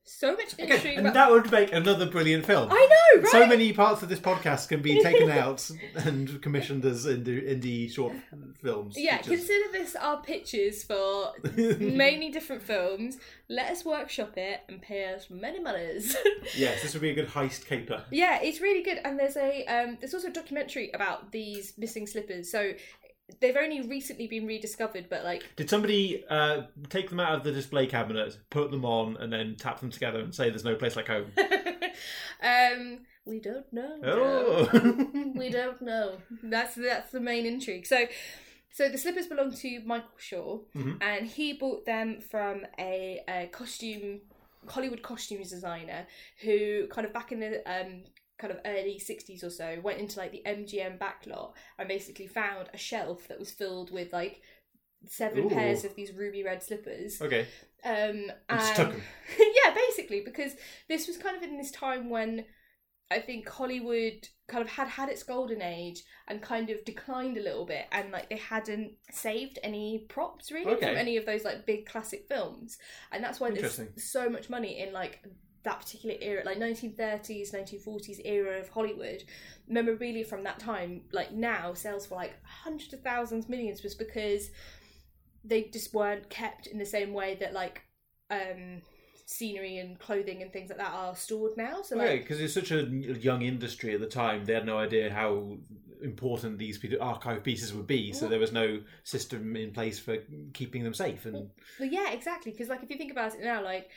So much intrigue.
and
about-
that would make another brilliant film.
I know, right?
So many parts of this podcast can be taken out and commissioned as indie, indie short films.
yeah,
features.
consider this our pitches for many different films. Let us workshop it and pay us many monies.
yes, this would be a good heist caper.
yeah, it's really good. And there's a um, there's also a documentary about these missing slippers. So they've only recently been rediscovered, but like
Did somebody uh, take them out of the display cabinet, put them on, and then tap them together and say, "There's no place like home"?
um, we don't know. Joe.
Oh,
We don't know. That's that's the main intrigue. So. So the slippers belong to Michael Shaw,
Mhm.
and he bought them from a, a costume Hollywood costumes designer who kind of back in the um, kind of early 60s or so went into like the MGM backlot and basically found a shelf that was filled with like seven
Ooh.
pairs of these ruby red slippers.
okay.
Um,
And
and-
stuck 'em.
yeah, basically, because this was kind of in this time when I think Hollywood kind of had had its golden age and kind of declined a little bit, and like they hadn't saved any props really
Okay.
from any of those like big classic films, and that's why there's
Interesting.
so much money in like that particular era, like 1930s, 1940s era of Hollywood, memorabilia from that time, like now sells for like hundreds of thousands, millions, just because they just weren't kept in the same way that like um scenery and clothing and things like that are stored now. So like
Okay, because it's such a young industry at the time, they had no idea how important these pe- archive pieces would be. So
Well-
there was no system in place for keeping them safe. And
Well, yeah, exactly. Because like if you think about it now, like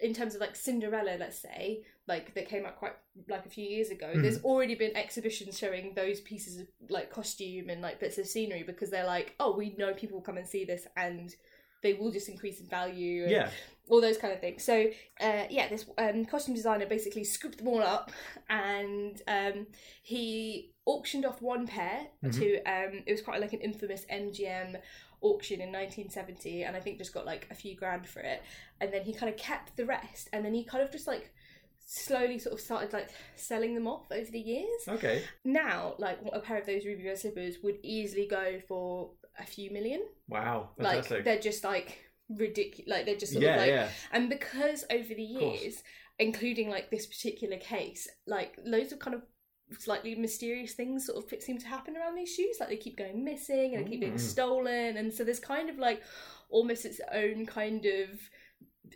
in terms of like Cinderella, let's say, like that came out quite like a few years ago.
Mhm.
There's already been exhibitions showing those pieces of like costume and like bits of scenery because they're like, oh, we know people will come and see this and. They will just increase in value, and
yeah,
all those kind of things. So, uh, yeah, this um, costume designer basically scooped them all up, and um, he auctioned off one pair
Mhm.
to. Um, it was quite like an infamous MGM auction in 1970 and i think just got like a few grand for it and then he kind of kept the rest and then he kind of just like slowly sort of started like selling them off over the years
okay,
now like a pair of those ruby red slippers would easily go for a few million
wow,
like
fantastic.
they're just like ridiculous like they're just sort
yeah,
of like
yeah.
and because over the
Of course.
years, including like this particular case, like loads of kind of slightly mysterious things sort of seem to happen around these shoes. Like they keep going missing and they keep being
Mm.
stolen. And so there's kind of like almost its own kind of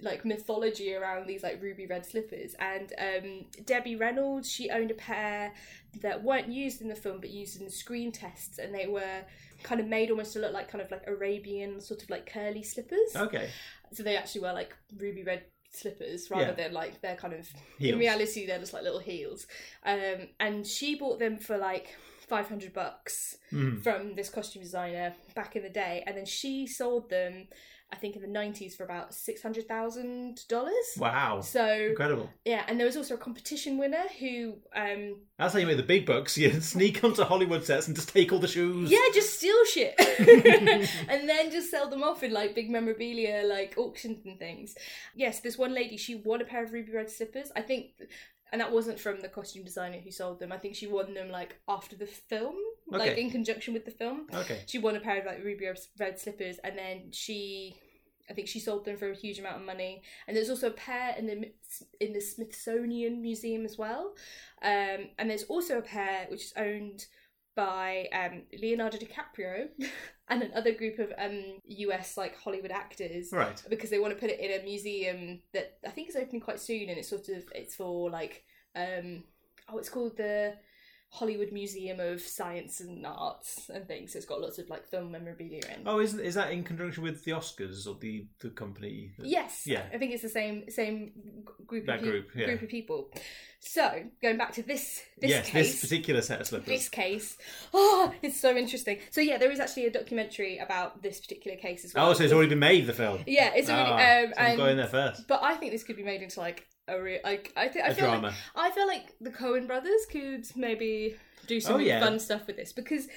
like mythology around these like ruby red slippers and um debbie reynolds she owned a pair that weren't used in the film but used in screen tests and they were kind of made almost to look like kind of like arabian sort of like curly slippers
Okay,
so they actually wear like ruby red slippers rather
Yeah.
than like they're kind of in
Heels.
reality they're just like little heels. Um, and she bought them for like five hundred bucks
Mm.
from this costume designer back in the day, and then she sold them, I think, in the nineties for about six hundred thousand dollars.
Wow,
So
incredible.
yeah, and there was also a competition winner who, um,
That's how you make the big bucks. You sneak onto Hollywood sets and just take all the shoes.
yeah, just steal shit, and then just sell them off in like big memorabilia, like auctions and things. Yes, this one lady, she won a pair of ruby red slippers. I think, and that wasn't from the costume designer who sold them. I think she won them like after the film, like
Okay.
in conjunction with the film.
Okay.
She won a pair of like ruby red- red slippers, and then she I think she sold them for a huge amount of money. And there's also a pair in the in the Smithsonian Museum as well. Um, and there's also a pair which is owned by um, Leonardo DiCaprio and another group of um, US like Hollywood actors
Right.
because they want to put it in a museum that I think is opening quite soon, and it's sort of it's for like um oh it's called the Hollywood Museum of Science and Arts and things. So it's got lots of like film memorabilia in.
Oh, isn't is that in conjunction with the Oscars or the the company? that-
Yes,
Yeah.
I think it's the same same g- group
That
of peo-
group, yeah.
group of people. So going back to this this
yes,
case,
this particular set of slippers.
this case, oh, it's so interesting. So yeah, there is actually a documentary about this particular case as well.
Oh, so it's already been made. The film.
yeah, it's already.
Ah,
um,
so I'm
and-
going there first.
But I think this could be made into like a real like I think I
A
feel
drama.
like I feel like the Cohen brothers could maybe do some
Oh, yeah.
fun stuff with this because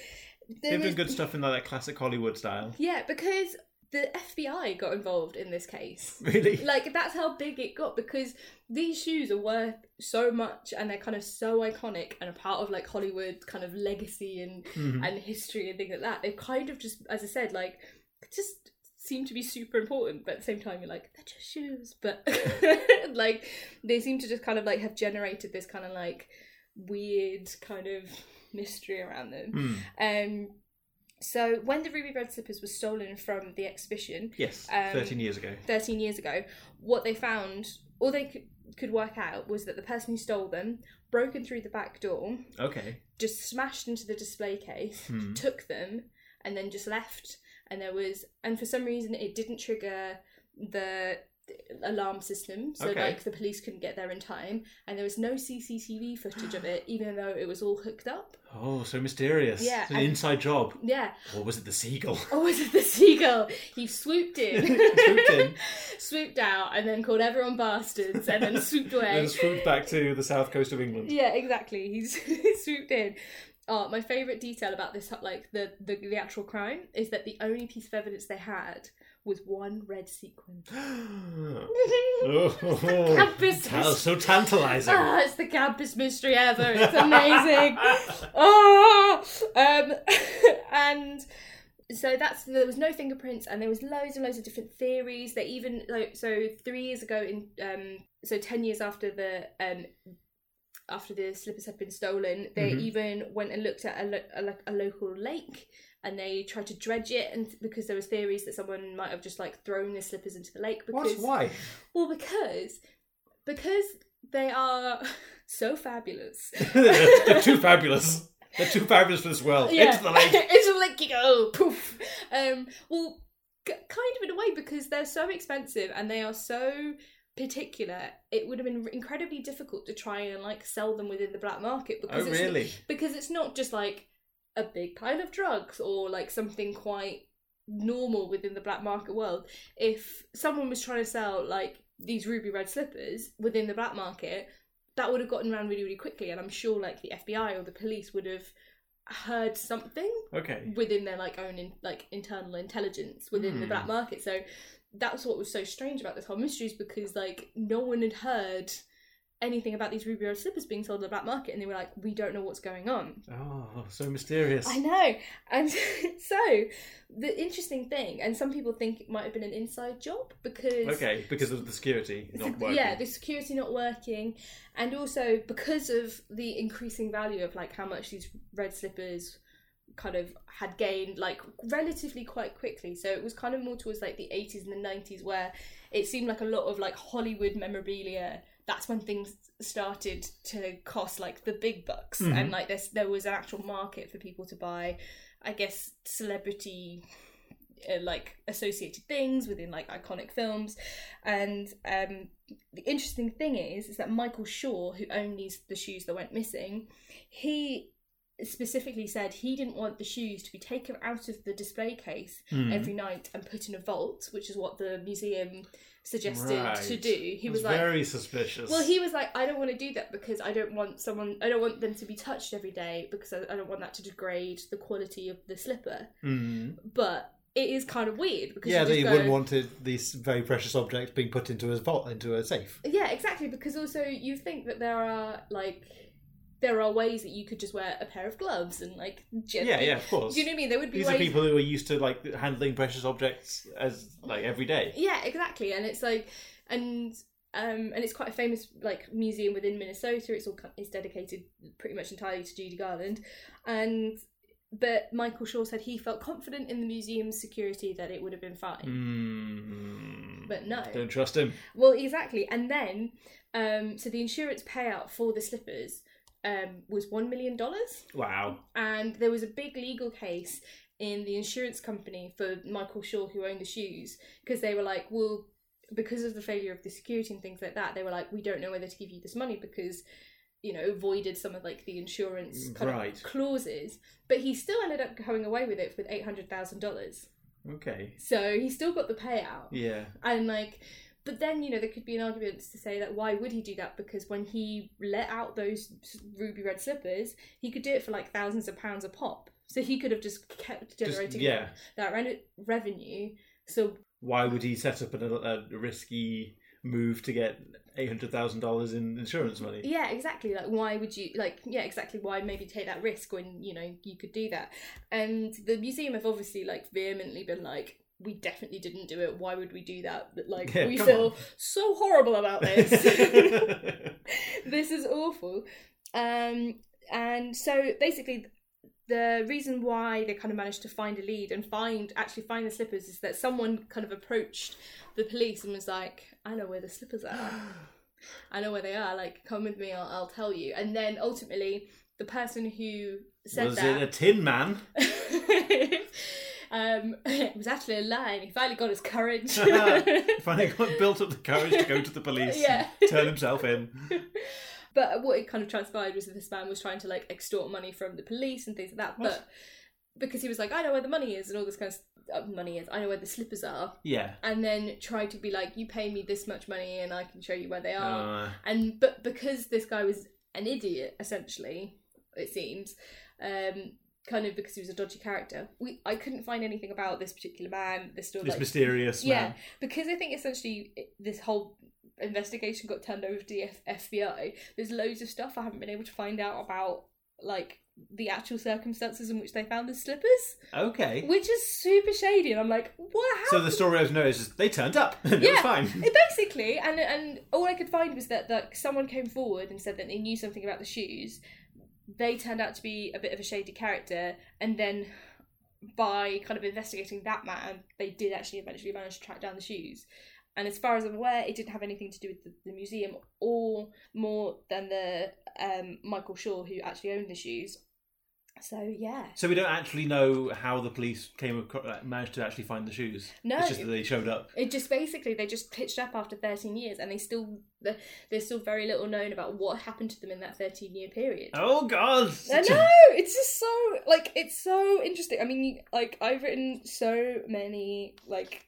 there
They've
was-
done good stuff in like that classic Hollywood style.
Yeah, because the FBI got involved in this case.
Really?
Like that's how big it got because these shoes are worth so much and they're kind of so iconic and a part of like Hollywood kind of legacy and
Mhm.
and history and things like that. They kind of just, as I said, like just seem to be super important, but at the same time, you're like they're just shoes. But like they seem to just kind of like have generated this kind of like weird kind of mystery around them.
Hmm.
Um, so when the ruby red slippers were stolen from the exhibition
Yes,
Um,
thirteen years ago.
13 years ago, what they found, all they could, could work out was that the person who stole them broken through the back door
Okay.
just smashed into the display case,
Hmm.
took them, and then just left. And there was, and for some reason, it didn't trigger the alarm system, so
Okay.
like the police couldn't get there in time. And there was no CCTV footage of it, even though it was all hooked up.
Oh, so mysterious.
Yeah,
It's an
and-
inside job.
Yeah.
Or was it the seagull?
Oh, was it the seagull? He swooped in,
swooped in,
swooped out, and then called everyone bastards, and then swooped away.
and swooped back to the south coast of England.
Yeah, exactly. He's he swooped in. Oh, my favourite detail about this, like the, the the actual crime, is that the only piece of evidence they had was one red sequin.
Oh,
campus
tal-
is-
so tantalizing.
Ah, it's the campus mystery ever. It's amazing. oh, um, and so that's there was no fingerprints, and there was loads and loads of different theories. They even like so three years ago in um so ten years after the um after the slippers had been stolen, they
Mhm.
even went and looked at a, lo- a, like a local lake. And they tried to dredge it, and because there was theories that someone might have just like thrown the slippers into the lake. Because
What? Why?
well, because because they are so fabulous.
They're too fabulous. They're too fabulous for this world. Oh, Into the lake.
it's all like you go poof. Um, well, c- kind of in a way because they're so expensive and they are so particular. It would have been incredibly difficult to try and like sell them within the black market
Oh,
because it's
really?
because it's not just like a big pile of drugs or like something quite normal within the black market world. If someone was trying to sell like these ruby red slippers within the black market, that would have gotten around really, really quickly. And I'm sure like the FBI or the police would have heard something
Okay.
within their like own in, like internal intelligence within the
Hmm.
black market. So that's what was so strange about this whole mystery is because like no one had heard anything about these ruby red slippers being sold on the black market and they were like we don't know what's going on
Oh, so mysterious.
I know. And so the interesting thing, and some people think it might have been an inside job because
Okay, because of the security not working.
yeah, the security not working, and also because of the increasing value of like how much these red slippers kind of had gained like relatively quite quickly. So it was kind of more towards like the 80s and the 90s where it seemed like a lot of like Hollywood memorabilia. That's when things started to cost like the big bucks,
Mhm.
and like this, there was an actual market for people to buy. I guess celebrity uh, like associated things within like iconic films and um the interesting thing is is that michael shaw who owned these the shoes that went missing he specifically said he didn't want the shoes to be taken out of the display case
Hmm.
every night and put in a vault which is what the museum suggested to
Right.
do he
It
was, like
very suspicious.
well, he was like, I don't want to do that because I don't want someone, I don't want them to be touched every day because I, I don't want that to degrade the quality of the slipper.
Hmm.
But it is kind of weird because
Yeah,
you
that
just
he
go,
wouldn't want it, these very precious objects being put into a vault, into a safe.
Yeah, exactly. Because also you think that there are like there are ways that you could just wear a pair of gloves and like gently.
yeah, yeah, of course.
Do you know what I mean? There would be
These
ways.
are people who are used to like handling precious objects as like every day.
Yeah, exactly. And it's like, and um, and it's quite a famous like museum within Minnesota. It's all co- it's dedicated pretty much entirely to Judy Garland, and but Michael Shaw said he felt confident in the museum's security that it would have been fine.
Mm.
But no.
Don't trust him.
Well, exactly. And then, um, so the insurance payout for the slippers um, was one million dollars,
Wow.
and there was a big legal case in the insurance company for Michael Shaw, who owned the shoes, because they were like, well, because of the failure of the security and things like that, they were like, we don't know whether to give you this money because. You know, voided some of like the insurance kind
Right.
of clauses, but he still ended up going away with it with eight hundred thousand dollars.
Okay.
So he still got the payout.
Yeah.
And like, but then you know there could be an argument to say that why would he do that? Because when he let out those s- ruby red slippers, he could do it for like thousands of pounds a pop. So he could have just kept
Just-
generating
yeah.
that re- revenue. So
Why would he set up an, a risky move to get eight hundred thousand dollars in insurance money?
yeah, exactly. Like why would you like yeah exactly why maybe take that risk when you know you could do that? And the museum have obviously like vehemently been like. We definitely didn't do it. Why would we do that? But, Like
Yeah,
we
come
feel
on.
so horrible about this. this is awful. Um, and so basically, the reason why they kind of managed to find a lead and find actually find the slippers is that someone kind of approached the police and was like, "I know where the slippers are. I know where they are. Like, come with me. I'll, I'll tell you." And then ultimately, the person who said
Was
that
it a Tin Man?
um, it was actually a lie. and He finally got his courage.
Finally, got built up the courage to go to the police.
Yeah.
And turn himself in.
But what it kind of transpired was that this man was trying to like extort money from the police and things like that.
What?
But because he was like, I know where the money is and all this kind of s- uh, money is, I know where the slippers are,
Yeah.
and then tried to be like, you pay me this much money and I can show you where they are.
Uh,
And but because this guy was an idiot, essentially, it seems, um, kind of because he was a dodgy character, we I couldn't find anything about this particular man. This story,
this mysterious
yeah,
man.
because I think essentially it- this whole investigation got turned over to the F- FBI. There's loads of stuff I haven't been able to find out about, like the actual circumstances in which they found the slippers,
Okay.
which is super shady. And I'm like, what happened?
So the story I've noticed is they turned up. and it was
Yeah.
fine.
It basically, and and all I could find was that like someone came forward and said that they knew something about the shoes. They turned out to be a bit of a shady character, and then by kind of investigating that man, they did actually eventually manage to track down the shoes. And as far as I'm aware, it didn't have anything to do with the, the museum or more than the um, Michael Shaw who actually owned the shoes. So yeah,
So we don't actually know how the police came across, like, managed to actually find the shoes.
No,
It's just that they showed up.
It just basically they just pitched up after 13 years, and they still the- there's still very little known about what happened to them in that 13 year period.
Oh God!
I know it's just so like it's so interesting. I mean, you- like I've written so many like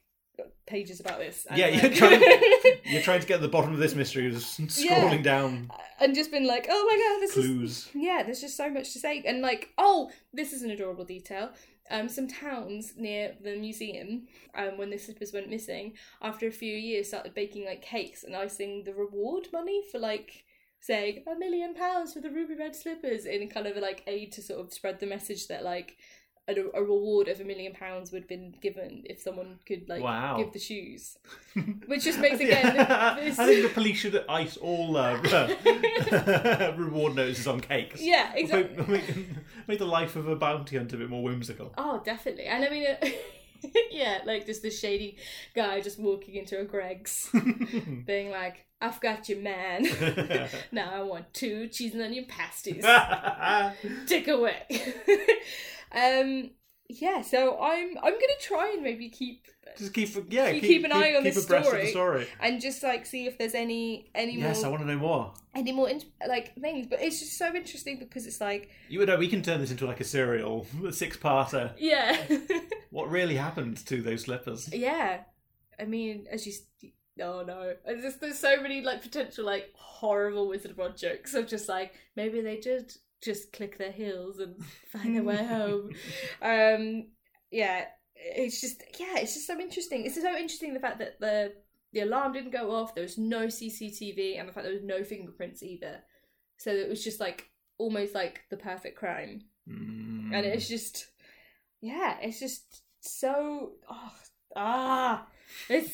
pages about this. and,
Yeah, you're
like-
trying- You're trying to get to the bottom of this mystery, was scrolling
Yeah.
down
and just been like, oh my god, this is
clues.
yeah, there's just so much to say. And like, oh, this is an adorable detail. Um, some towns near the museum, um, when the slippers went missing, after a few years started baking like cakes and icing the reward money for like saying a million pounds for the ruby red slippers in kind of like aid to sort of spread the message that like a, a reward of a million pounds would have been given if someone could like
Wow.
give the shoes, which just makes again.
I
this-
think the police should ice all uh, reward notices on cakes.
yeah, exactly.
Make, make, make the life of a bounty hunter a bit more whimsical.
Oh, definitely. And I mean, uh, yeah, like just the shady guy just walking into a Greg's, being like, "I've got you, man. now I want two cheese and onion pasties. Take away." um, yeah. So I'm I'm gonna try and maybe keep
Just keep, yeah,
You
keep,
keep an eye on
keep
this
abreast Of the
story.
story.
and just like see if there's any any
Yes, I
more
want to know more.
any more in- like things. But it's just so interesting because it's like,
You would know we can turn this into like a serial, a six-parter.
yeah,
What really happened to those slippers?
yeah. I mean, as you. s- Oh no! There's, just, there's so many like potential like horrible Wizard of Oz jokes of just like maybe they did just click their heels and find their way home. Um, yeah, it's just yeah, it's just so interesting. It's so interesting the fact that the the alarm didn't go off. There was no CCTV, and the fact there was no fingerprints either. So it was just like almost like the perfect crime.
Mm.
And it's just, yeah, it's just so, oh, ah, it's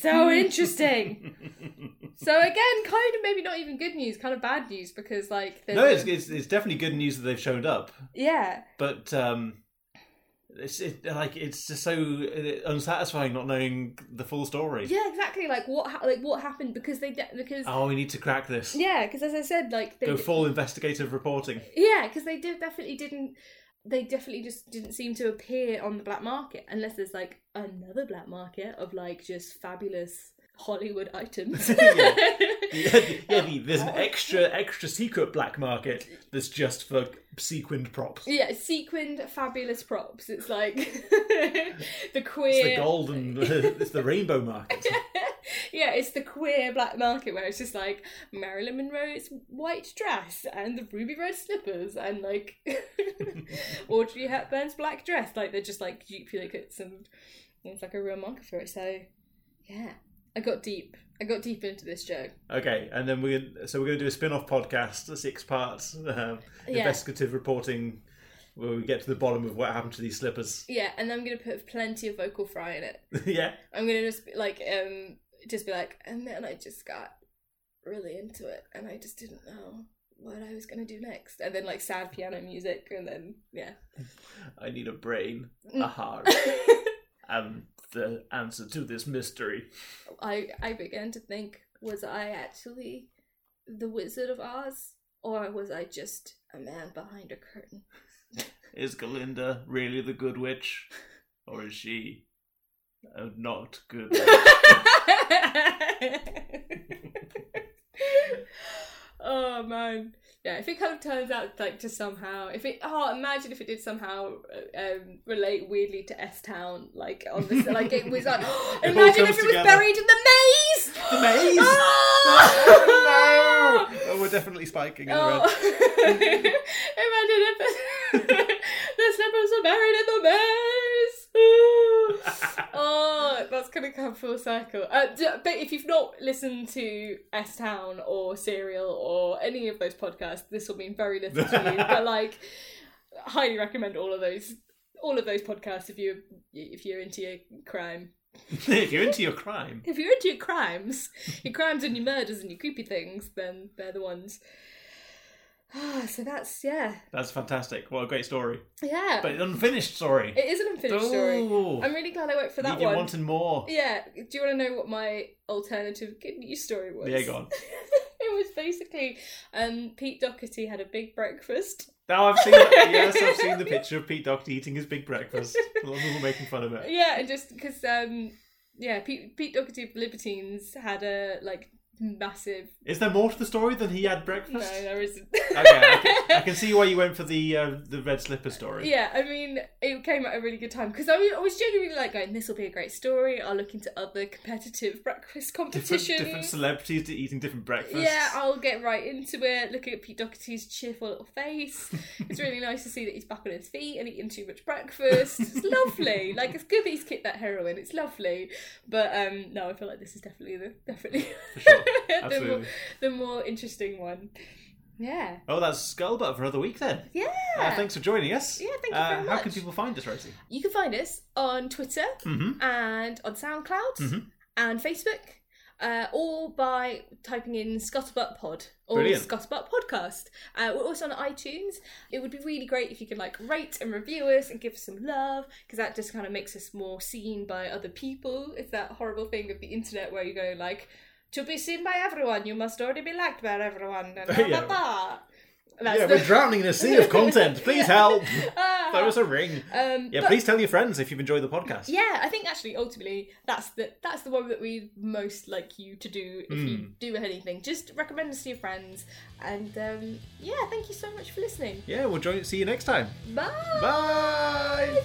so interesting. so again, kind of maybe not even good news, kind of bad news because like there's
no,
a-
it's, it's it's definitely good news that they've showed up,
yeah,
but um, it's it, like it's just so uh, unsatisfying not knowing the full story.
yeah, exactly. Like what, ha- like what happened because they de- because
Oh, we need to crack this.
yeah, because as I said, like they
Go
d-
full investigative reporting.
Yeah, because they did definitely didn't. They definitely just didn't seem to appear on the black market unless there's like another black market of like just fabulous Hollywood items.
Yeah. yeah, the, there's an extra extra secret black market that's just for sequined props.
Yeah, sequined fabulous props. It's like the
It's
queer.
the golden, it's the rainbow market.
yeah, it's the queer black market where it's just like Marilyn Monroe's white dress and the ruby red slippers and like Audrey Hepburn's black dress. Like they're just like duplicates and it's like a real market for it. So yeah, I got deep. I got deep into this joke.
Okay, and then we're so we're going to do a spin-off podcast, six parts, um,
Yeah.
investigative reporting, where we get to the bottom of what happened to these slippers.
Yeah, and I'm gonna put plenty of vocal fry in it.
yeah,
I'm gonna just be like um just be like, and then I just got really into it and I just didn't know what I was gonna do next. And then like sad piano music and then yeah.
I need a brain,
Mm.
a heart, and the answer to this mystery.
I I began to think was I actually the Wizard of Oz or was I just a man behind a curtain?
Is Galinda really the good witch, or is she a not good? witch?
oh man. Yeah, if it kind of turns out like to somehow, if it oh, imagine if it did somehow uh, um, relate weirdly to S Town, like on this, like it was like,
all
imagine if
comes
it was
together.
buried in the maze.
The maze?
Oh!
Oh, we're definitely spiking in the
Oh.
red.
Imagine if the, the slippers were buried in the maze. oh, that's gonna come full circle. Uh, d- but if you've not listened to S Town or Serial or any of those podcasts, this will mean very little to you. but like, highly recommend all of those, all of those podcasts if you if you're into your crime.
if you're into your crime,
If you're into your crimes, your crimes and your murders and your creepy things, then they're the ones. Ah, so that's yeah,
that's fantastic. What a great story,
yeah.
but an unfinished story.
it is an unfinished story.
Oh,
I'm really glad I went for that
you
one.
wanted more.
Yeah. Do you want to know what my alternative good news story was?
Yeah, go on.
it was basically um, Pete Doherty had a big breakfast.
Now I've seen yes, I've seen the picture of Pete Doherty eating his big breakfast. A lot of people making fun of it.
Yeah, and just because um, yeah, Pete, Pete Doherty of Libertines had a like massive.
Is there more to the story than he had
No,
breakfast?
there isn't.
Okay, I can, I can see why you went for the uh, the red slipper story.
Yeah, I mean, it came at a really good time because I, was- I was genuinely like going, "This will be a great story." I'll look into other competitive breakfast
Different,
competitions.
different celebrities to eating different breakfasts.
yeah, I'll get right into it. Looking at Pete Doherty's cheerful little face, it's really nice to see that he's back on his feet and eating too much breakfast. It's lovely. Like it's good that he's kicked that heroin. It's lovely, but um, no, I feel like this is definitely the definitely
for sure.
the, more,
Absolutely.
the more interesting one. Yeah,
Oh, that's Skullbutt for another week then.
yeah,
Uh, thanks for joining us.
yeah. Thank you
Uh,
very much.
How can people find us, Rosie?
You can find us on Twitter
Mm-hmm.
and on SoundCloud
Mhm.
and Facebook, uh, all by typing in Scuttlebutt Pod or
Brilliant.
Scuttlebutt Podcast. Uh, we're also on iTunes. It would be really great if you could like rate and review us and give us some love because that just kind of makes us more seen by other people. It's that horrible thing of the internet where you go like, to be seen by everyone, you must already be liked by everyone. And blah,
Yeah.
blah, blah. That's
yeah,
the-
we're drowning in a sea of content. Please help.
Ah.
Throw us a ring.
um,
Yeah,
but-
please tell your friends if you've enjoyed the podcast.
Yeah, I think actually ultimately that's the that's the one that we most like you to do if you do anything. Just recommend us to your friends, and um, yeah, thank you so much for listening.
Yeah, we'll join. See you next time.
Bye.
Bye.